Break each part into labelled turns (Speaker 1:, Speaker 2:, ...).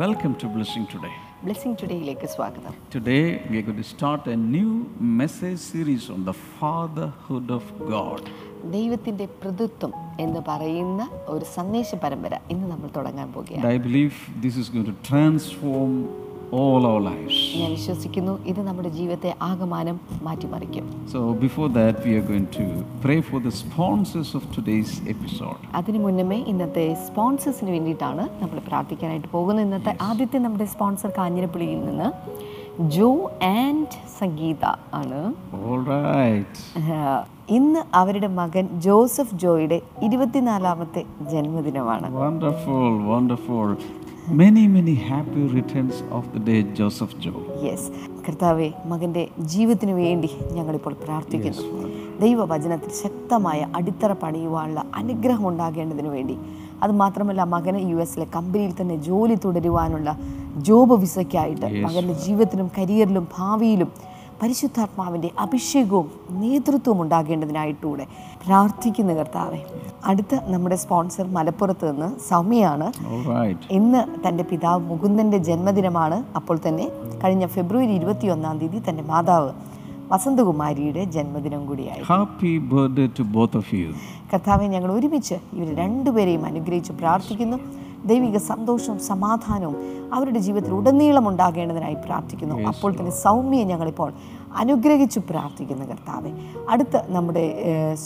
Speaker 1: Welcome to Blessing Today.
Speaker 2: Blessing ടുഡേയിലേക്ക് സ്വാഗതം
Speaker 1: Today we are going to start a new message series on the fatherhood of God.
Speaker 2: ദൈവത്തിൻ്റെ പ്രഭുത്വം എന്ന് പറയുന്ന ഒരു സന്ദേശ പരമ്പര ഇന്ന് നമ്മൾ തുടങ്ങാൻ
Speaker 1: And
Speaker 2: പോകുകയാണ്
Speaker 1: I believe this is going to transform all our lives.
Speaker 2: ഞാൻ വിശ്വസിക്കുന്നു ഇത് നമ്മുടെ ജീവിതത്തെ ആകമാനം മാറ്റിമറിക്കും
Speaker 1: So before that we are going to pray for the sponsors of today's episode.
Speaker 2: അതിനു മുന്നമേ ഇന്നത്തെ സ്പോൺസേഴ്സിന് വേണ്ടിയിട്ടാണ് നമ്മൾ പ്രാർത്ഥിക്കാനായിട്ട് പോകുന്നത് ഇന്നത്തെ ആദ്യത്തെ നമ്മുടെ സ്പോൺസർ കാഞ്ഞിരപ്പള്ളിയിൽ നിന്ന് ജോ ആൻഡ് സംഗീത ആണ്
Speaker 1: All right.
Speaker 2: ആഹ് ഇന്ന് അവരുടെ മകൻ ജോസഫ് ജോയുടെ ഇരുപത്തിനാലാമത്തെ ജന്മദിനമാണ്
Speaker 1: Wonderful, wonderful. Many, many happy returns of the day, Joseph Joe.
Speaker 2: Yes കർത്താവെ മകൻ്റെ ജീവിതത്തിനു വേണ്ടി ഞങ്ങളിപ്പോൾ പ്രാർത്ഥിക്കുന്നു ദൈവവചനത്തിൽ ശക്തമായ അടിത്തറ പണിയുവാനുള്ള അനുഗ്രഹം ഉണ്ടാകേണ്ടതിന് വേണ്ടി അത് മാത്രമല്ല മകന് യു എസിലെ കമ്പനിയിൽ തന്നെ ജോലി തുടരുവാനുള്ള ജോബ് വിസയ്ക്കായിട്ട് മകൻ്റെ ജീവിതത്തിലും കരിയറിലും ഭാവിയിലും പരിശുദ്ധാത്മാവിൻ്റെ അഭിഷേകവും നേതൃത്വവും ഉണ്ടാകേണ്ടതിനായിട്ടൂടെ പ്രാർത്ഥിക്കുന്നു കർത്താവെ അടുത്ത നമ്മുടെ സ്പോൺസർ മലപ്പുറത്ത് നിന്ന് സൗമ്യയാണ്
Speaker 1: All right.
Speaker 2: ഇന്ന് തൻ്റെ പിതാവ് മുകുന്ദൻ്റെ ജന്മദിനമാണ് അപ്പോൾ തന്നെ കഴിഞ്ഞ ഫെബ്രുവരി ഇരുപത്തിയൊന്നാം തീയതി തൻ്റെ മാതാവ് വസന്തകുമാരിയുടെ ജന്മദിനം കൂടിയായി
Speaker 1: Happy birthday to both of you.
Speaker 2: കർത്താവെ ഞങ്ങൾ ഒരുമിച്ച് ഇവർ രണ്ടുപേരെയും അനുഗ്രഹിച്ച് പ്രാർത്ഥിക്കുന്നു ദൈവിക സന്തോഷവും സമാധാനവും അവരുടെ ജീവിതത്തിൽ ഉടനീളം ഉണ്ടാകേണ്ടതിനായി പ്രാർത്ഥിക്കുന്നു അപ്പോൾ തന്നെ സൗമ്യയെ ഞങ്ങളിപ്പോൾ അനുഗ്രഹിച്ച് പ്രാർത്ഥിക്കുന്നു കർത്താവെ അടുത്ത നമ്മുടെ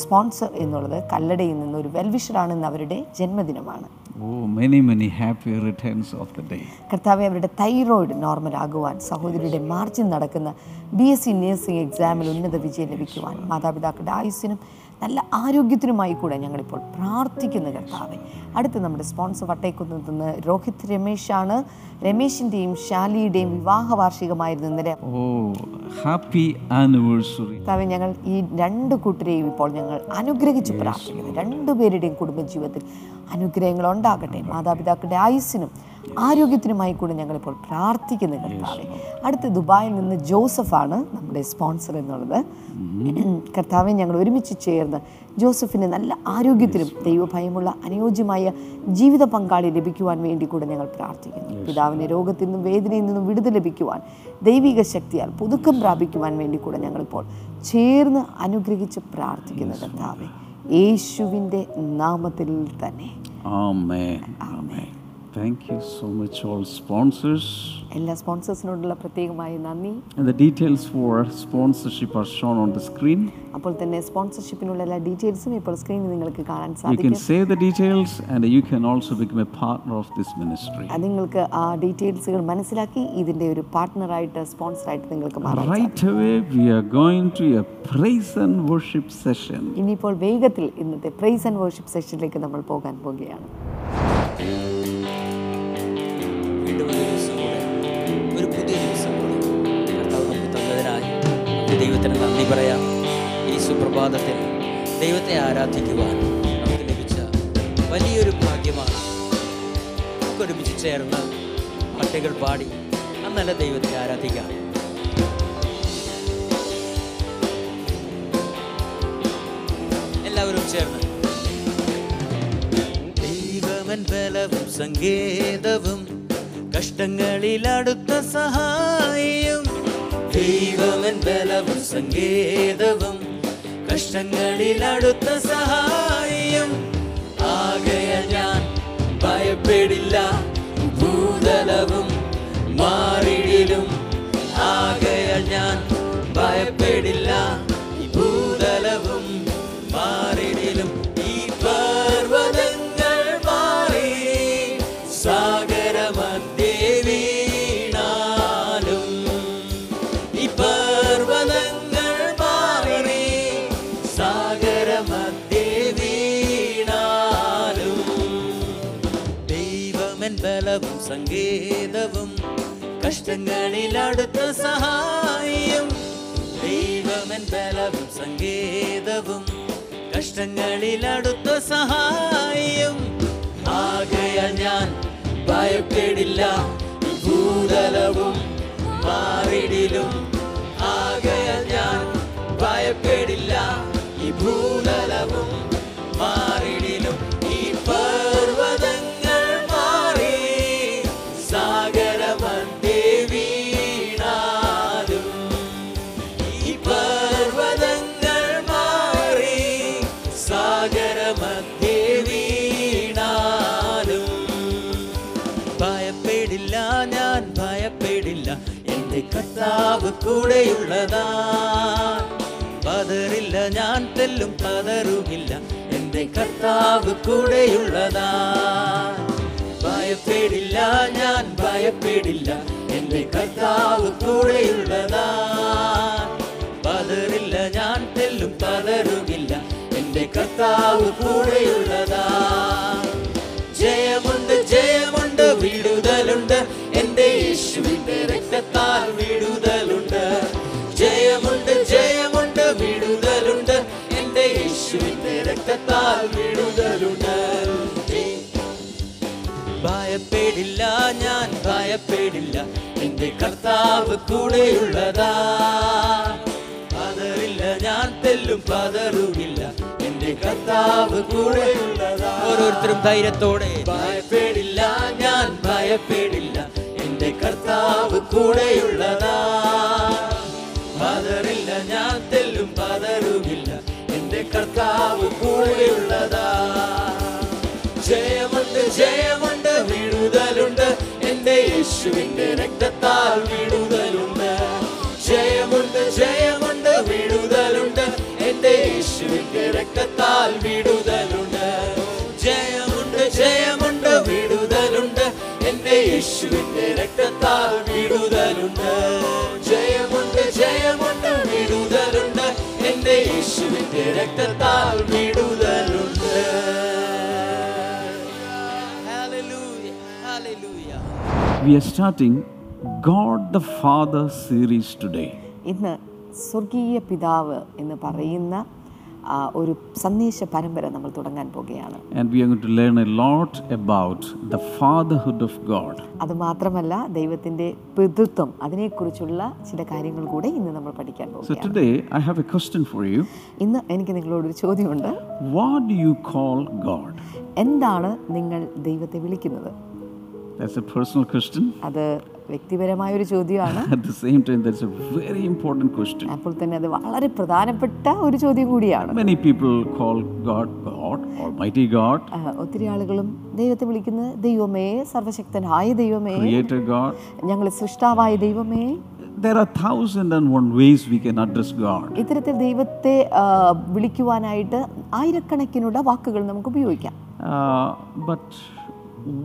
Speaker 2: സ്പോൺസർ എന്നുള്ളത് കല്ലടയിൽ നിന്ന് ഒരു വെൽവിഷറാണെന്ന് അവരുടെ ജന്മദിനമാണ്
Speaker 1: Oh, many, many happy returns of the day.
Speaker 2: കർത്താവെ അവരുടെ തൈറോയിഡ് നോർമലാകുവാൻ സഹോദരിയുടെ മാർജിൻ നടക്കുന്ന ബി എസ് സി നഴ്സിംഗ് എക്സാമിൽ ഉന്നത വിജയം ലഭിക്കുവാൻ മാതാപിതാക്കളുടെ ആയുസ്സിനും നല്ല ആരോഗ്യത്തിനുമായി കൂടെ ഞങ്ങളിപ്പോൾ പ്രാർത്ഥിക്കുന്നു കർത്താവെ അടുത്ത നമ്മുടെ സ്പോൺസർ വട്ടേക്കുന്നതിൽ നിന്ന് രോഹിത് രമേശാണ് രമേശിൻ്റെയും ശാലിയുടെയും വിവാഹ വാർഷികമായിരുന്നു ഇന്നലെ
Speaker 1: Oh, happy anniversary.
Speaker 2: കർത്താവെ ഞങ്ങൾ ഈ രണ്ട് കൂട്ടരെയും ഇപ്പോൾ ഞങ്ങൾ അനുഗ്രഹിച്ച് പ്രാർത്ഥിക്കുന്നു രണ്ടുപേരുടെയും കുടുംബജീവിതത്തിൽ അനുഗ്രഹങ്ങൾ ഉണ്ടാകട്ടെ മാതാപിതാക്കളുടെ ആയുസ്സിനും ആരോഗ്യത്തിനുമായി കൂടി ഞങ്ങളിപ്പോൾ പ്രാർത്ഥിക്കുന്നു കർത്താവെ അടുത്ത ദുബായിൽ നിന്ന് ജോസഫാണ് നമ്മുടെ സ്പോൺസർ എന്നുള്ളത് കർത്താവെ ഞങ്ങൾ ഒരുമിച്ച് ചേർന്ന് ജോസഫിന് നല്ല ആരോഗ്യത്തിനും ദൈവഭയമുള്ള അനുയോജ്യമായ ജീവിത പങ്കാളി ലഭിക്കുവാൻ വേണ്ടി കൂടെ ഞങ്ങൾ പ്രാർത്ഥിക്കുന്നു പിതാവിന് രോഗത്തിൽ നിന്നും വേദനയിൽ നിന്നും വിടുതൽ ലഭിക്കുവാൻ ദൈവിക ശക്തിയാൽ പുതുക്കം പ്രാപിക്കുവാൻ വേണ്ടി കൂടെ ഞങ്ങളിപ്പോൾ ചേർന്ന് അനുഗ്രഹിച്ച് പ്രാർത്ഥിക്കുന്നു കർത്താവെ യേശുവിൻ്റെ നാമത്തിൽ തന്നെ
Speaker 1: Amen. Amen. Thank you so much, all sponsors.
Speaker 2: എല്ലാ സ്പോൺസേഴ്സിനോടുള്ള പ്രത്യേകമായ നന്ദി
Speaker 1: And the details for sponsorship are shown on the screen.
Speaker 2: അപ്പോൾ തന്നെ സ്പോൺസർഷിപ്പിനുള്ള എല്ലാ ഡീറ്റെയിൽസും ഇപ്പോൾ സ്ക്രീനിൽ നിങ്ങൾക്ക് കാണാൻ
Speaker 1: You
Speaker 2: സാധിക്കും
Speaker 1: can save the details and you can also become a partner of this ministry.
Speaker 2: അത് നിങ്ങൾക്ക് ആ ഡീറ്റെയിൽസുകൾ മനസ്സിലാക്കി ഇതിൻ്റെ ഒരു പാർട്ട്ണറായിട്ട് സ്പോൺസറായിട്ട് നിങ്ങൾക്ക് മാറാം
Speaker 1: Right away, we are going to a praise and worship session.
Speaker 2: ഇനിയിപ്പോൾ വേഗത്തിൽ ഇന്നത്തെ പ്രൈസ് ആൻഡ് വർഷിപ്പ് സെഷനിലേക്ക് നമ്മൾ പോകാൻ പോകുകയാണ്
Speaker 3: വീണ്ടും ഒരു ദിവസം കൂടെ ഒരു പുതിയ ദിവസം കൂടെ കർത്താവ് നമ്മെ തന്നതിനായി നമുക്ക് ദൈവത്തിന് നന്ദി പറയാം ഈ സുപ്രഭാതത്തിൽ ദൈവത്തെ ആരാധിക്കുവാൻ നമുക്ക് ലഭിച്ച വലിയൊരു ഭാഗ്യമാണ് നമുക്ക് ഒരുമിച്ച് ചേർന്ന് പാട്ടുകൾ പാടി ആ നല്ല ദൈവത്തെ ആരാധിക്കാം എല്ലാവരും ചേർന്ന് ദൈവവൻ ബലവും സങ്കേതവും കഷ്ടങ്ങളിൽ അടുത്ത സഹായിയും ദൈവവൻ ബലവും സങ്കേതവും കഷ്ടങ്ങളിൽ അടുത്ത സഹായിയും ആകയാൽ ഞാൻ ഭയപ്പെടില്ല ഭൂതലവും മാറിടിലും ആകയാൽ ഞാൻ ഭയപ്പെടില്ല ഈ ഭൂതലവും മാറിടിലും ഈ പർവ്വതങ്ങൾ മാറി സാഗരമധ്യേ വീണാലും ഈ പർവ്വതങ്ങൾ മാറി സാഗരമധ്യേ വീണാലും ദൈവമൻ ബലവും സങ്കേതവും കഷ്ടങ്ങളിൽ അടുത്ത സഹായം ദൈവമൻ ബലവും സങ്കേതവും കഷ്ടങ്ങളിൽ അടുത്ത സഹായം ആകയാൽ ഞാൻ ഭയപ്പെടില്ല ഭൂതലവും മാറിടിലും ആകയാൽ ഞാൻ ഭയപ്പെടില്ല ഈ ഭൂതലവും മാറിടിലും ഈ പർവ്വതങ്ങൾ മാറി സാ ഭയപ്പെടില്ല ഞാൻ ഭയപ്പെടില്ല എന്റെ കർത്താവ് കൂടെയുള്ളതാ പതറില്ല ഞാൻ തെല്ലും പതറുകില്ല എന്റെ കർത്താവ് കൂടെയുള്ളതാ ഭയപ്പെടില്ല ഞാൻ ഭയപ്പെടില്ല എന്റെ കർത്താവ് കൂടെയുള്ളതാ പതറില്ല ഞാൻ തെല്ലും പതറുകില്ല എന്റെ കർത്താവ് കൂടെയുള്ളതാ ജയമുണ്ട് ജയമുണ്ട് വിടുതലുണ്ട് എന്റെ യേശുവിന്റെ രക്തത്താൽ വിടുതലുണ്ട് ജയമുണ്ട് ജയമുണ്ട് വിടുതലുണ്ട് എന്റെ യേശുവിന്റെ രക്തത്താൽ വിടുതലുണ്ട് ഭയപ്പെടില്ല ഞാൻ ഭയപ്പെടില്ല എന്റെ കർത്താവ് കൂടെയുള്ളതാ പതറില്ല ഞാൻ തെല്ലും പതറുകില്ല എന്റെ കർത്താവ് കൂടെയുള്ളതാ ഓരോരുത്തരും ധൈര്യത്തോടെ ഭയപ്പെടില്ല ഞാൻ ഭയപ്പെടില്ല എന്റെ കർത്താവ് കൂടെയുള്ളതാ പതറില്ല ഞാൻ തെല്ലും പതറുകില്ല എന്റെ കർത്താവ് കൂടെയുള്ളതാ ജയമുണ്ട് ജയമുണ്ട് വിടുതലുണ്ട് എന്റെ യേശുവിന്റെ രക്തത്താൽ വിടുതലുണ്ട് ജയമുണ്ട് ജയമുണ്ട് വിടുതലുണ്ട് എന്റെ യേശുവിന്റെ രക്തത്താൽ വിടുതലുണ്ട് ജയമുണ്ട് ജയമുണ്ട് വിടുതലുണ്ട് എന്റെ യേശുവിന്റെ രക്തത്താൽ വിടുതലുണ്ട് ജയമുണ്ട് ജയമുണ്ട് വിടുതലുണ്ട് എന്റെ യേശുവിന്റെ രക്തത്താൽ വിടുതലുണ്ട് Hallelujah, hallelujah.
Speaker 1: We are starting God the Father series today.
Speaker 2: ഇന്ന് സ്വർഗീയ പിതാവ് എന്ന് പറയുന്ന ആ, ഒരു സന്ദേശ പരമ്പര നമ്മൾ തുടങ്ങാൻ പോകുകയാണ്
Speaker 1: And we are going to learn a lot about the fatherhood of God.
Speaker 2: അതുമാത്രമല്ല ദൈവത്തിൻ്റെ പിതൃത്വം അതിനെക്കുറിച്ചുള്ള ചില കാര്യങ്ങൾ കൂടെ ഇന്ന് നമ്മൾ പഠിക്കാൻ പോകും
Speaker 1: So today I have a question for you.
Speaker 2: ഇന്ന് എനിക്ക് നിങ്ങളോടൊരു ചോദ്യമുണ്ട്
Speaker 1: What do you call God?
Speaker 2: എന്താണ് നിങ്ങൾ ദൈവത്തെ വിളിക്കുന്നത്
Speaker 1: That's a personal question.
Speaker 2: അത് വ്യക്തിപരമായൊരു ചോദ്യമാണ്
Speaker 1: At the same time, that's a very important question.
Speaker 2: അപ്പോൾ തന്നെ അത് വളരെ പ്രധാനപ്പെട്ട ഒരു ചോദ്യം കൂടിയാണ്
Speaker 1: Many people call God God, Almighty God,
Speaker 2: ആ, ഒത്തിരി ആളുകളും ദൈവത്തെ വിളിക്കുന്നത് ദൈവമേ സർവശക്തനായ ദൈവമേ
Speaker 1: Creator God.
Speaker 2: ഞങ്ങളെ സൃഷ്ടാവായ ദൈവമേ
Speaker 1: There are thousand and one ways we can address God.
Speaker 2: ഇത്തരത്തിൽ ദൈവത്തെ ആ, വിളിക്കുവാനായിട്ട് ആയിരക്കണക്കിനുള്ള വാക്കുകൾ നമുക്ക് ഉപയോഗിക്കാം
Speaker 1: Uh, but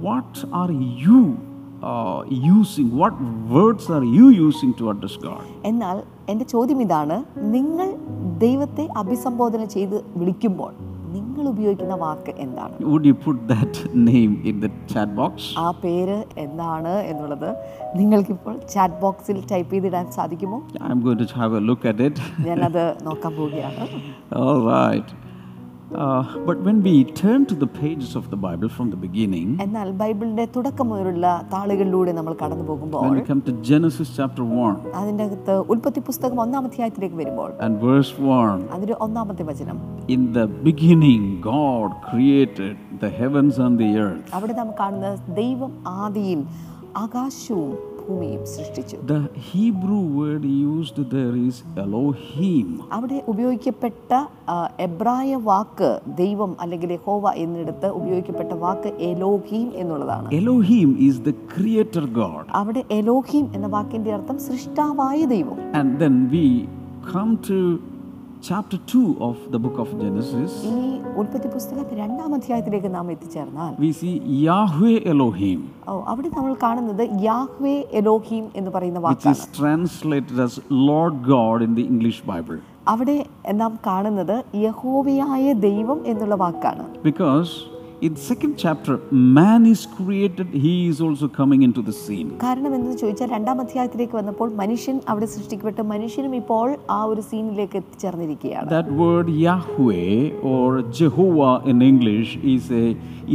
Speaker 1: what are you uh, using? What words are you using to address God?
Speaker 2: എന്നാൽ എൻ്റെ ചോദ്യം ഇതാണ് നിങ്ങൾ ദൈവത്തെ അഭിസംബോധന ചെയ്ത് വിളിക്കുമ്പോൾ നിങ്ങൾ ഉപയോഗിക്കുന്ന വാക്ക് എന്താണ്
Speaker 1: Would you put that name in the chat box?
Speaker 2: ആ പേര് എന്താണ് എന്നുള്ളത് നിങ്ങൾക്കിപ്പോൾ ചാറ്റ് ബോക്സിൽ ടൈപ്പ് ചെയ്തിടാൻ സാധിക്കുമോ
Speaker 1: I'm going to have a look at it.
Speaker 2: ഞാനത് നോക്കാൻ പോവുകയാണ്
Speaker 1: All right. Uh, but when we turn to the pages of the Bible from the beginning,
Speaker 2: എന്നാൽ ബൈബിളിൻ്റെ തുടക്കം മുതലുള്ള താളുകളിലൂടെ നമ്മൾ കടന്നു പോകുമ്പോൾ
Speaker 1: when we come to Genesis chapter 1
Speaker 2: അതിൻ്റെ അകത്ത് ഉൽപ്പത്തി പുസ്തകം ഒന്നാം അധ്യായത്തിലേക്ക് വരുമ്പോൾ
Speaker 1: and verse 1,
Speaker 2: അതിൻ്റെ ഒന്നാമത്തെ വചനം
Speaker 1: in the beginning, God created the heavens and the earth.
Speaker 2: അവിടെ നാം കാണുന്ന ദൈവം ആദിയിൽ ആകാശവും ഭൂമിയും സൃഷ്ടിച്ചു
Speaker 1: The Hebrew word used there is Elohim.
Speaker 2: അവിടെ ഉപയോഗിക്കപ്പെട്ട ആ, എബ്രായ വാക്ക് ദൈവം അല്ലെങ്കിൽ ഹോവ എന്നിടത്ത് ഉപയോഗിക്കപ്പെട്ട വാക്ക് എലോഹീം എന്നുള്ളതാണ്
Speaker 1: Elohim is the creator God.
Speaker 2: അവിടെ എലോഹീം എന്ന വാക്കിന്റെ അർത്ഥം സൃഷ്ടാവായ ദൈവം
Speaker 1: And then we come to chapter 2 of the book of Genesis.
Speaker 2: ഈ ഉൽപ്പത്തി പുസ്തകം രണ്ടാം അധ്യായത്തിലേക്ക് നാം എത്തിച്ചേർന്നാൽ
Speaker 1: We see Yahweh Elohim.
Speaker 2: ഓ അവിടെ നമ്മൾ കാണുന്നത് യാഹ്വേ എലോഹീം എന്ന് പറയുന്ന
Speaker 1: which is
Speaker 2: വാക്കാണ്
Speaker 1: translated as Lord God in the English Bible.
Speaker 2: അവിടെ നാം കാണുന്നത് യഹോവയായ ദൈവം എന്നുള്ള വാക്കാണ്
Speaker 1: Because in second chapter, man is created, he is also coming into the scene.
Speaker 2: കാരണം എന്തെന്ന് ചോദിച്ചാൽ രണ്ടാം അധ്യായത്തിലേക്ക് വന്നപ്പോൾ മനുഷ്യൻ അവിടെ സൃഷ്ടിക്കപ്പെട്ട മനുഷ്യനും ഇപ്പോൾ ആ ഒരു സീനിലേക്ക് എത്തിച്ചേർന്നിരിക്കുകയാണ്
Speaker 1: That word Yahweh or Jehovah in English is a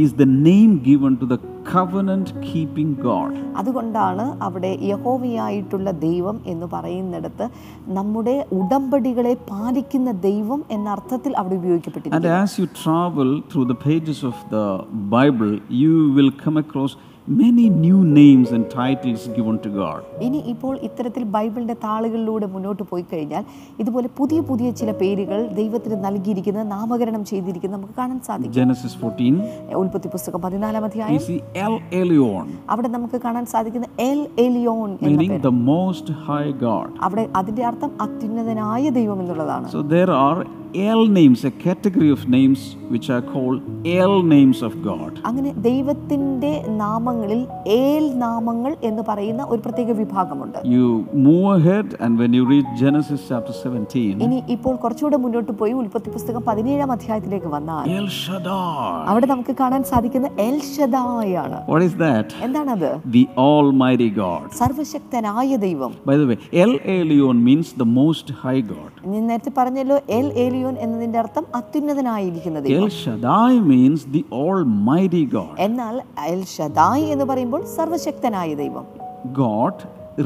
Speaker 1: is the name given to the covenant keeping God.
Speaker 2: അതുകൊണ്ടാണ് അവിടെ യഹോവയായിട്ടുള്ള ദൈവം എന്ന് പറയുന്നിടത്ത് നമ്മുടെ ഉടമ്പടികളെ പാലിക്കുന്ന ദൈവം എന്ന അർത്ഥത്തിൽ അവിടെ ഉപയോഗിക്കപ്പെട്ടിരിക്കുന്നു
Speaker 1: And as you travel through the pages of the Bible, you will come across many new names and titles given to God.
Speaker 2: ഇനി ഇപ്പോൾ ഇത്തരത്തിൽ ബൈബിളിൻ്റെ താളുകളിലൂടെ മുന്നോട്ട് പോയി കഴിഞ്ഞാൽ ഇതുപോലെ പുതിയ പുതിയ ചില പേരുകൾ ദൈവത്തിന് നൽകിയിരിക്കുന്നത് നാമകരണം ചെയ്തിരിക്കുന്നത് നമുക്ക് കാണാൻ സാധിക്കും
Speaker 1: Genesis 14,
Speaker 2: ഉൽപ്പത്തി പുസ്തകം പതിനാലാം
Speaker 1: we
Speaker 2: അധ്യായം
Speaker 1: see El Elyon,
Speaker 2: അവിടെ നമുക്ക് കാണാൻ സാധിക്കുന്ന എൽ എലിയോൺ എന്ന
Speaker 1: meaning
Speaker 2: പേര്
Speaker 1: the Most High God.
Speaker 2: അവിടെ അതിൻ്റെ അർത്ഥം അത്യുന്നതനായ ദൈവം എന്നുള്ളതാണ്
Speaker 1: So there are El names, a category of names which are called El names of God.
Speaker 2: അങ്ങനെ ദൈവത്തിൻ്റെ നാമങ്ങളിൽ ഏൽ നാമങ്ങൾ എന്ന് പറയുന്ന ഒരു പ്രത്യേക വിഭാഗമുണ്ട്
Speaker 1: You move ahead, and when you read Genesis chapter 17,
Speaker 2: ഇനി ഇപ്പോൾ കുറച്ചുകൂടെ മുന്നോട്ട് പോയി ഉൽപ്പത്തി പുസ്തകം പതിനേഴാം അധ്യായത്തിലേക്ക് വന്നാൽ
Speaker 1: El Shaddai.
Speaker 2: അവിടെ നമുക്ക് കാണാൻ സാധിക്കുന്ന എൽ ഷദായാണ്
Speaker 1: What is that?
Speaker 2: എന്താണത്
Speaker 1: The Almighty God.
Speaker 2: സർവശക്തനായ ദൈവം
Speaker 1: By the way, El Elyon means the Most High God.
Speaker 2: ഞാൻ നേരത്തെ പറഞ്ഞല്ലോ എൽ ഏലിയോൻ എന്നതിന്റെ അർത്ഥം അത്യുന്നതനായിരിക്കുന്ന ദൈവം
Speaker 1: El Shaddai means the Almighty God.
Speaker 2: എന്നാൽ എൽ ഷദായ് എന്ന് പറയുമ്പോൾ സർവശക്തനായ ദൈവം
Speaker 1: God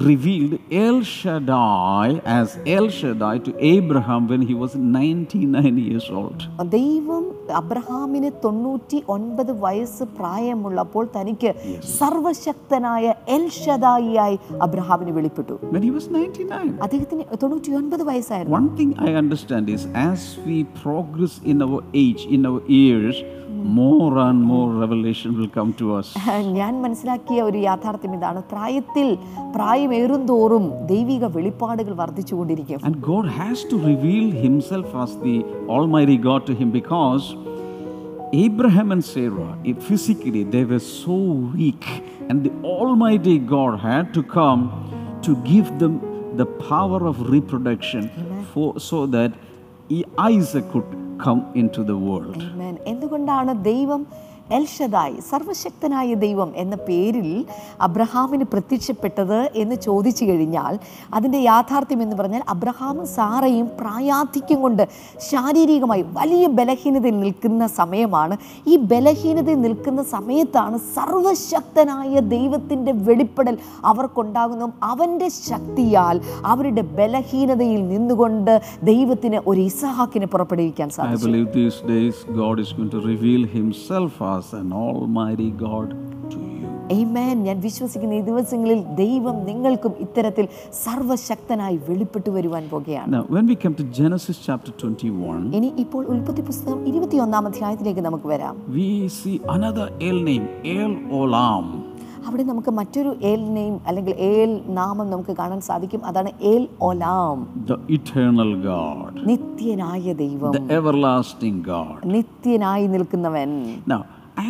Speaker 1: revealed El Shaddai as El Shaddai to Abraham when he was 99 years old.
Speaker 2: ദൈവം അബ്രഹാമിന് തൊണ്ണൂറ്റി ഒൻപത് വയസ്സ് പ്രായമുള്ളപ്പോൾ തനിക്ക് സർവശക്തനായ എൽ ഷദായിയായി അബ്രഹാമിന് വെളിപ്പെട്ടു
Speaker 1: When he was 99.
Speaker 2: അദ്ദേഹത്തിന് തൊണ്ണൂറ്റി ഒൻപത് വയസ്സായിരുന്നു
Speaker 1: One thing I understand is as we progress in our age, in our years, more and more revelation will come to us.
Speaker 2: ഞാൻ മനസ്സിലാക്കിയ ഒരു യാഥാർത്ഥ്യം ഇതാണ് പ്രായത്തിൽ പ്രായമേറും തോറും ദൈവിക വെളിപ്പാടുകൾ വർദ്ധിച്ചുകൊണ്ടിരിക്കും
Speaker 1: And God has to reveal Himself as the Almighty God to him because Abraham and Sarah, it- physically, they were so weak. And the Almighty God had to come to give them the power of reproduction for, so that I- Isaac could come into the world.
Speaker 2: Amen. എന്തുകൊണ്ടാണ് ദൈവം എൽഷദായി സർവശക്തനായ ദൈവം എന്ന പേരിൽ അബ്രഹാമിന് പ്രത്യക്ഷപ്പെട്ടത് എന്ന് ചോദിച്ചു കഴിഞ്ഞാൽ അതിൻ്റെ യാഥാർത്ഥ്യം എന്ന് പറഞ്ഞാൽ അബ്രഹാമും സാറയും പ്രായാധിക്യം കൊണ്ട് ശാരീരികമായി വലിയ ബലഹീനതയിൽ നിൽക്കുന്ന സമയമാണ് ഈ ബലഹീനതയിൽ നിൽക്കുന്ന സമയത്താണ് സർവശക്തനായ ദൈവത്തിൻ്റെ വെളിപ്പെടൽ അവർക്കുണ്ടാകുന്നതും അവൻ്റെ ശക്തിയാൽ അവരുടെ ബലഹീനതയിൽ നിന്നുകൊണ്ട് ദൈവത്തിന് ഒരു ഇസഹാക്കിനെ പുറപ്പെടുവിക്കാൻ
Speaker 1: I
Speaker 2: സാധിച്ചു
Speaker 1: believe these days God is going to reveal Himself as an Almighty God to you.
Speaker 2: Amen. ഞാൻ വിശ്വസിക്കുന്ന ഈ ദിവസങ്ങളിൽ ദൈവം നിങ്ങൾക്കും ഇത്തരത്തിൽ സർവശക്തനായി വെളിപ്പെട്ടു വരുവാൻ പോകുകയാണ്
Speaker 1: Now, when we come to Genesis chapter 21,
Speaker 2: ഇനി ഇപ്പോൾ ഉൽപ്പത്തി പുസ്തകം ഇരുപത്തിയൊന്നാം അധ്യായത്തിലേക്ക് നമുക്ക് വരാം
Speaker 1: we see another El name, El Olam.
Speaker 2: അവിടെ നമുക്ക് മറ്റൊരു ഏൽ നെയിം അല്ലെങ്കിൽ ഏൽ നാമം നമുക്ക് കാണാൻ സാധിക്കും അതാണ് ഏൽ ഒലാം
Speaker 1: The eternal God,
Speaker 2: നിത്യനായ ദൈവം
Speaker 1: the everlasting God.
Speaker 2: നിത്യനായി നിൽക്കുന്നവൻ
Speaker 1: Now,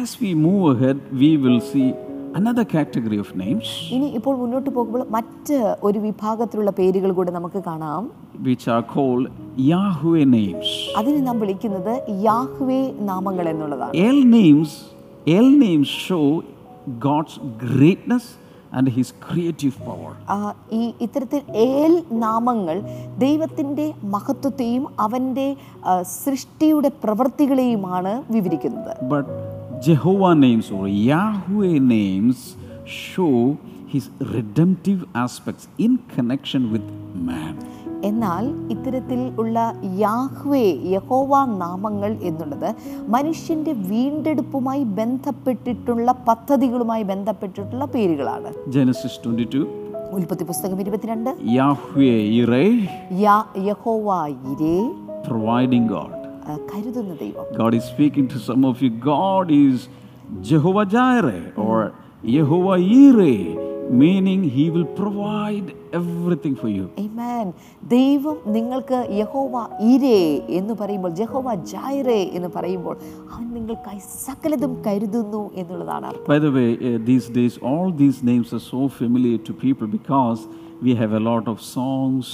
Speaker 1: as we move ahead, we will see another category of names
Speaker 2: ഇനി ഇപ്പോൾ മുന്നോട്ട് പോകുമ്പോൾ മറ്റ് ഒരു വിഭാഗത്തിലുള്ള പേരുകൾ കൂടെ നമുക്ക് കാണാം
Speaker 1: which are called Yahweh names.
Speaker 2: അതിനെ നാം വിളിക്കുന്നത് യാഹ്വേ നാമങ്ങൾ എന്നുള്ളതാണ്
Speaker 1: El names, El names show God's greatness and his creative power.
Speaker 2: ആ, ഈ ഇത്തരത്തിൽ ഏൽ നാമങ്ങൾ ദൈവത്തിൻ്റെ മഹത്വത്തെയും അവൻ്റെ ആ, സൃഷ്ടിയുടെ പ്രവൃത്തികളെയുമാണ് വിവരിക്കുന്നത്
Speaker 1: But Jehovah names or Yahweh names show his redemptive aspects in connection with man.
Speaker 2: എന്നാൽ ഇത്തരത്തിൽ ഉള്ള യാഹ്വേ യഹോവ നാമങ്ങൾ എന്നുള്ളത് മനുഷ്യൻ്റെ വീണ്ടെടുപ്പുമായി ബന്ധപ്പെട്ടിട്ടുള്ള പദ്ധതികളുമായി ബന്ധപ്പെട്ടിട്ടുള്ള പേരുകളാണ്
Speaker 1: Genesis 22,
Speaker 2: ഉൽപ്പത്തി പുസ്തകം ഇരുപത്തിരണ്ട്
Speaker 1: Yahweh Yireh,
Speaker 2: യാ യഹോവ ഇരേ
Speaker 1: providing God.
Speaker 2: ആ, കരുതുന്ന ദൈവം
Speaker 1: God is speaking to some of you. God is Jehovah Jireh or Jehovah Yireh, meaning He will provide everything for you.
Speaker 2: Amen. ദൈവം നിങ്ങൾക്ക് യഹോവ ഇരേ എന്ന് പറയുമ്പോൾ ജഹോവ ജായറേ എന്ന് പറയുമ്പോൾ അവൻ നിങ്ങൾക്കായി സകലതും കരുതുന്നു എന്നുള്ളതാണ് അർത്ഥം
Speaker 1: By the way, eh, these days, all these names are so familiar to people because we have a lot of songs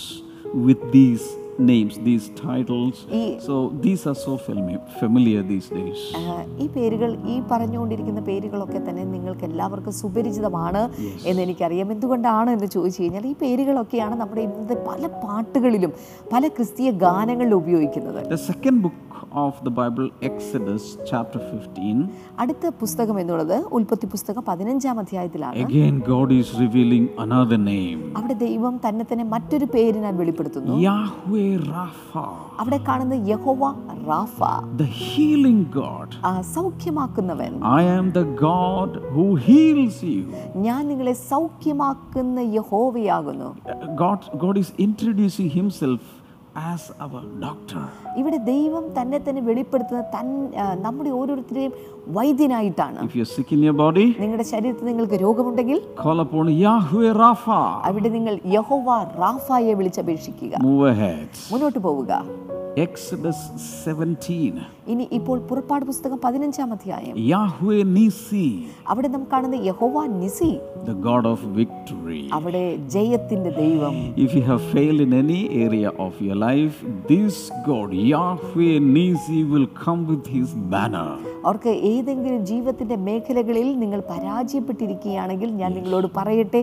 Speaker 1: with these names, these titles.
Speaker 2: Ye-
Speaker 1: So these are so familiar, familiar these days.
Speaker 2: ആ, ഈ പേരുകൾ ഈ പറഞ്ഞുകൊണ്ടിരിക്കുന്ന പേരുകളൊക്കെ തന്നെ നിങ്ങൾക്ക് എല്ലാവർക്കും സുപരിചിതമാണ് എന്ന് എനിക്കറിയാം എന്തുകൊണ്ടാണ് എന്ന് ചോദിച്ചു കഴിഞ്ഞാൽ ഈ പേരുകളൊക്കെയാണ് നമ്മുടെ ഇന്നത്തെ പല പാട്ടുകളിലും പല ക്രിസ്തീയ ഗാനങ്ങളിലും ഉപയോഗിക്കുന്നത്
Speaker 1: The second book of the Bible, Exodus chapter 15,
Speaker 2: അടുത്ത പുസ്തകം എന്നുള്ളത് ഉൽപ്പത്തി പുസ്തകം പതിനഞ്ചാം അധ്യായത്തിലാണ്
Speaker 1: again God is revealing another name
Speaker 2: അവിടെ ദൈവം തന്നെ തന്നെ മറ്റൊരു പേരിനാൽ വെളിപ്പെടുത്തുന്നു
Speaker 1: Yahweh Rapha,
Speaker 2: അവിടെ കാണുന്ന Jehovah Rapha
Speaker 1: the healing God.
Speaker 2: ആ സൗഖ്യമാക്കുന്നവൻ
Speaker 1: I am the God who heals you.
Speaker 2: ഞാൻ നിങ്ങളെ സൗഖ്യമാക്കുന്ന യഹോവയാകുന്നു
Speaker 1: God, God is introducing Himself as our doctor.
Speaker 2: ഇവിടെ ദൈവം തന്നെ തന്നെ വെളിപ്പെടുത്തുന്ന തൻ ആ, നമ്മുടെ ഓരോരുത്തരെയും വൈദ്യനായിട്ടാണ്
Speaker 1: If you're sick in your body,
Speaker 2: നിങ്ങളുടെ ശരീരത്തിൽ നിങ്ങൾക്ക് രോഗമുണ്ടെങ്കിൽ
Speaker 1: call upon Yahweh Rapha.
Speaker 2: അവിടെ നിങ്ങൾ യഹോവ റാഫായെ വിളിച്ചപേക്ഷിക്കുക
Speaker 1: Move ahead.
Speaker 2: മുന്നോട്ട് പോവുക
Speaker 1: Exodus 17.
Speaker 2: ഇനി ഇപ്പോൾ പുറപ്പാട് പുസ്തകം പതിനഞ്ചാം അധ്യായം
Speaker 1: Yahweh Nisi,
Speaker 2: അവിടെ നാം കാണുന്ന യഹോവ നിസി
Speaker 1: the God of victory.
Speaker 2: അവിടെ ജയത്തിന്റെ ദൈവം
Speaker 1: If you have failed in any area of your life, this God, Yahweh Nisi, will come with his banner.
Speaker 2: അവർക്ക് ഏതെങ്കിലും ജീവിതത്തിന്റെ മേഖലകളിൽ നിങ്ങൾ പരാജയപ്പെട്ടിരിക്കുകയാണെങ്കിൽ ഞാൻ നിങ്ങളോട് പറയട്ടെ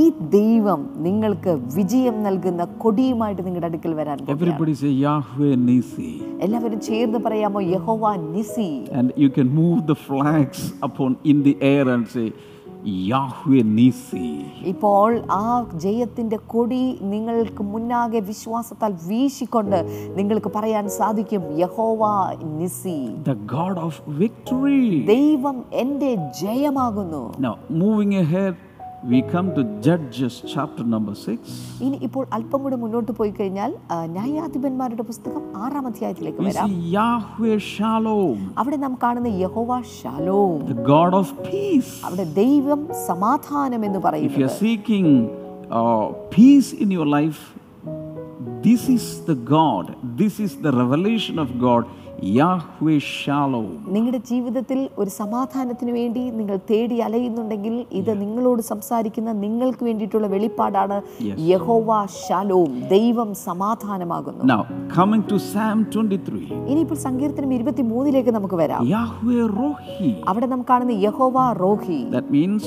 Speaker 2: ഈ ദൈവം നിങ്ങൾക്ക് വിജയം നൽകുന്ന കൊടിയുമായിട്ട് നിങ്ങളുടെ അടുക്കൽ വരാൻ പോകുന്നു
Speaker 1: Everybody say Yahweh Nisi.
Speaker 2: എല്ലാവരും ചേർന്ന് പറയാമോ യഹോവ നിസി
Speaker 1: And you can move the flags upon in the air and say, Yahweh Nisi.
Speaker 2: ഇപ്പോൾ ആ ജയത്തിന്റെ കൊടി നിങ്ങൾക്ക് മുന്നാകെ വിശ്വാസത്താൽ വീശിക്കൊണ്ട് നിങ്ങൾക്ക് പറയാൻ സാധിക്കും യഹോവ നിസി
Speaker 1: The God of victory.
Speaker 2: ദൈവം എൻ്റെ ജയമാകുന്നു
Speaker 1: Now, moving ahead, we come to Judges chapter number 6.
Speaker 2: ഇനി ഇപ്പോൾ അല്പം കൂടെ മുന്നോട്ട് പോയി കഴിഞ്ഞാൽ ആ, ന്യായാധിപന്മാരുടെ പുസ്തകം ആറാം അധ്യായത്തിലേക്ക്
Speaker 1: We
Speaker 2: വരാം
Speaker 1: see Yahweh Shalom,
Speaker 2: അവിടെ നാം കാണുന്ന യഹോവ Shalom
Speaker 1: the God of peace.
Speaker 2: അവിടെ ദൈവം സമാധാനം എന്ന്
Speaker 1: If you
Speaker 2: പറയുന്നത്
Speaker 1: are seeking uh, peace in your life, this is the God, this is the revelation of God, Yahweh Shalom.
Speaker 2: നിങ്ങളുടെ ജീവിതത്തിൽ ഒരു സമാധാനത്തിന് വേണ്ടി നിങ്ങൾ തേടി അലയുന്നുണ്ടെങ്കിൽ ഇത് നിങ്ങളോട് സംസാരിക്കുന്ന നിങ്ങൾക്ക് വേണ്ടിയിട്ടുള്ള വെളിപ്പാടാണ് യഹോവ ശാലോം ദൈവം സമാധാനമാകുന്നു
Speaker 1: Now, coming to Psalm 23,
Speaker 2: ഇനിയിപ്പോൾ സങ്കീർത്തനം ഇരുപത്തി മൂന്നിലേക്ക് നമുക്ക് വരാം
Speaker 1: Yahweh Rohi,
Speaker 2: അവിടെ നാം കാണുന്ന യഹോവ റോഹി
Speaker 1: that means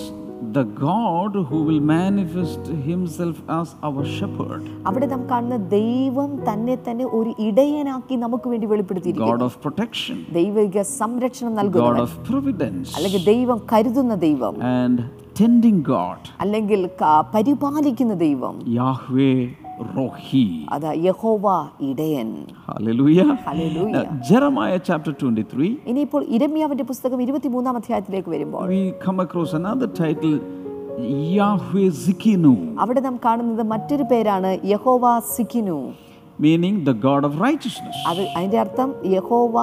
Speaker 1: the God who will manifest himself as our shepherd,
Speaker 2: അവിടെ നാം കാണുന്ന ദൈവം തന്നെ തന്നെ ഒരു ഇടയനാക്കി നമുക്ക് വേണ്ടി വെളിപ്പെടുത്തിയിരിക്കുന്നു
Speaker 1: God of protection,
Speaker 2: ദൈവിക സംരക്ഷണം
Speaker 1: God
Speaker 2: നൽകുന്നവൻ
Speaker 1: of providence,
Speaker 2: അല്ലെങ്കിൽ ദൈവം കരുതുന്ന ദൈവം
Speaker 1: and tending God,
Speaker 2: അല്ലെങ്കിൽ ക- പരിപാലിക്കുന്ന ദൈവം
Speaker 1: Yahweh Rohi.
Speaker 2: അതാ യഹോവ ഇടയൻ
Speaker 1: Hallelujah.
Speaker 2: Hallelujah.
Speaker 1: Now, Jeremiah chapter 23,
Speaker 2: ഇനിയിപ്പോൾ ഇരമ്യാവിന്റെ പുസ്തകം ഇരുപത്തിമൂന്നാം അധ്യായത്തിലേക്ക് വരുമ്പോൾ
Speaker 1: we come across another title, Yahweh Zikinu,
Speaker 2: അവിടെ നാം കാണുന്നത് മറ്റൊരു പേരാണ് യഹോവ സിഖിനു
Speaker 1: meaning the God of righteousness.
Speaker 2: അത് അതിന്റെ അർത്ഥം യഹോവ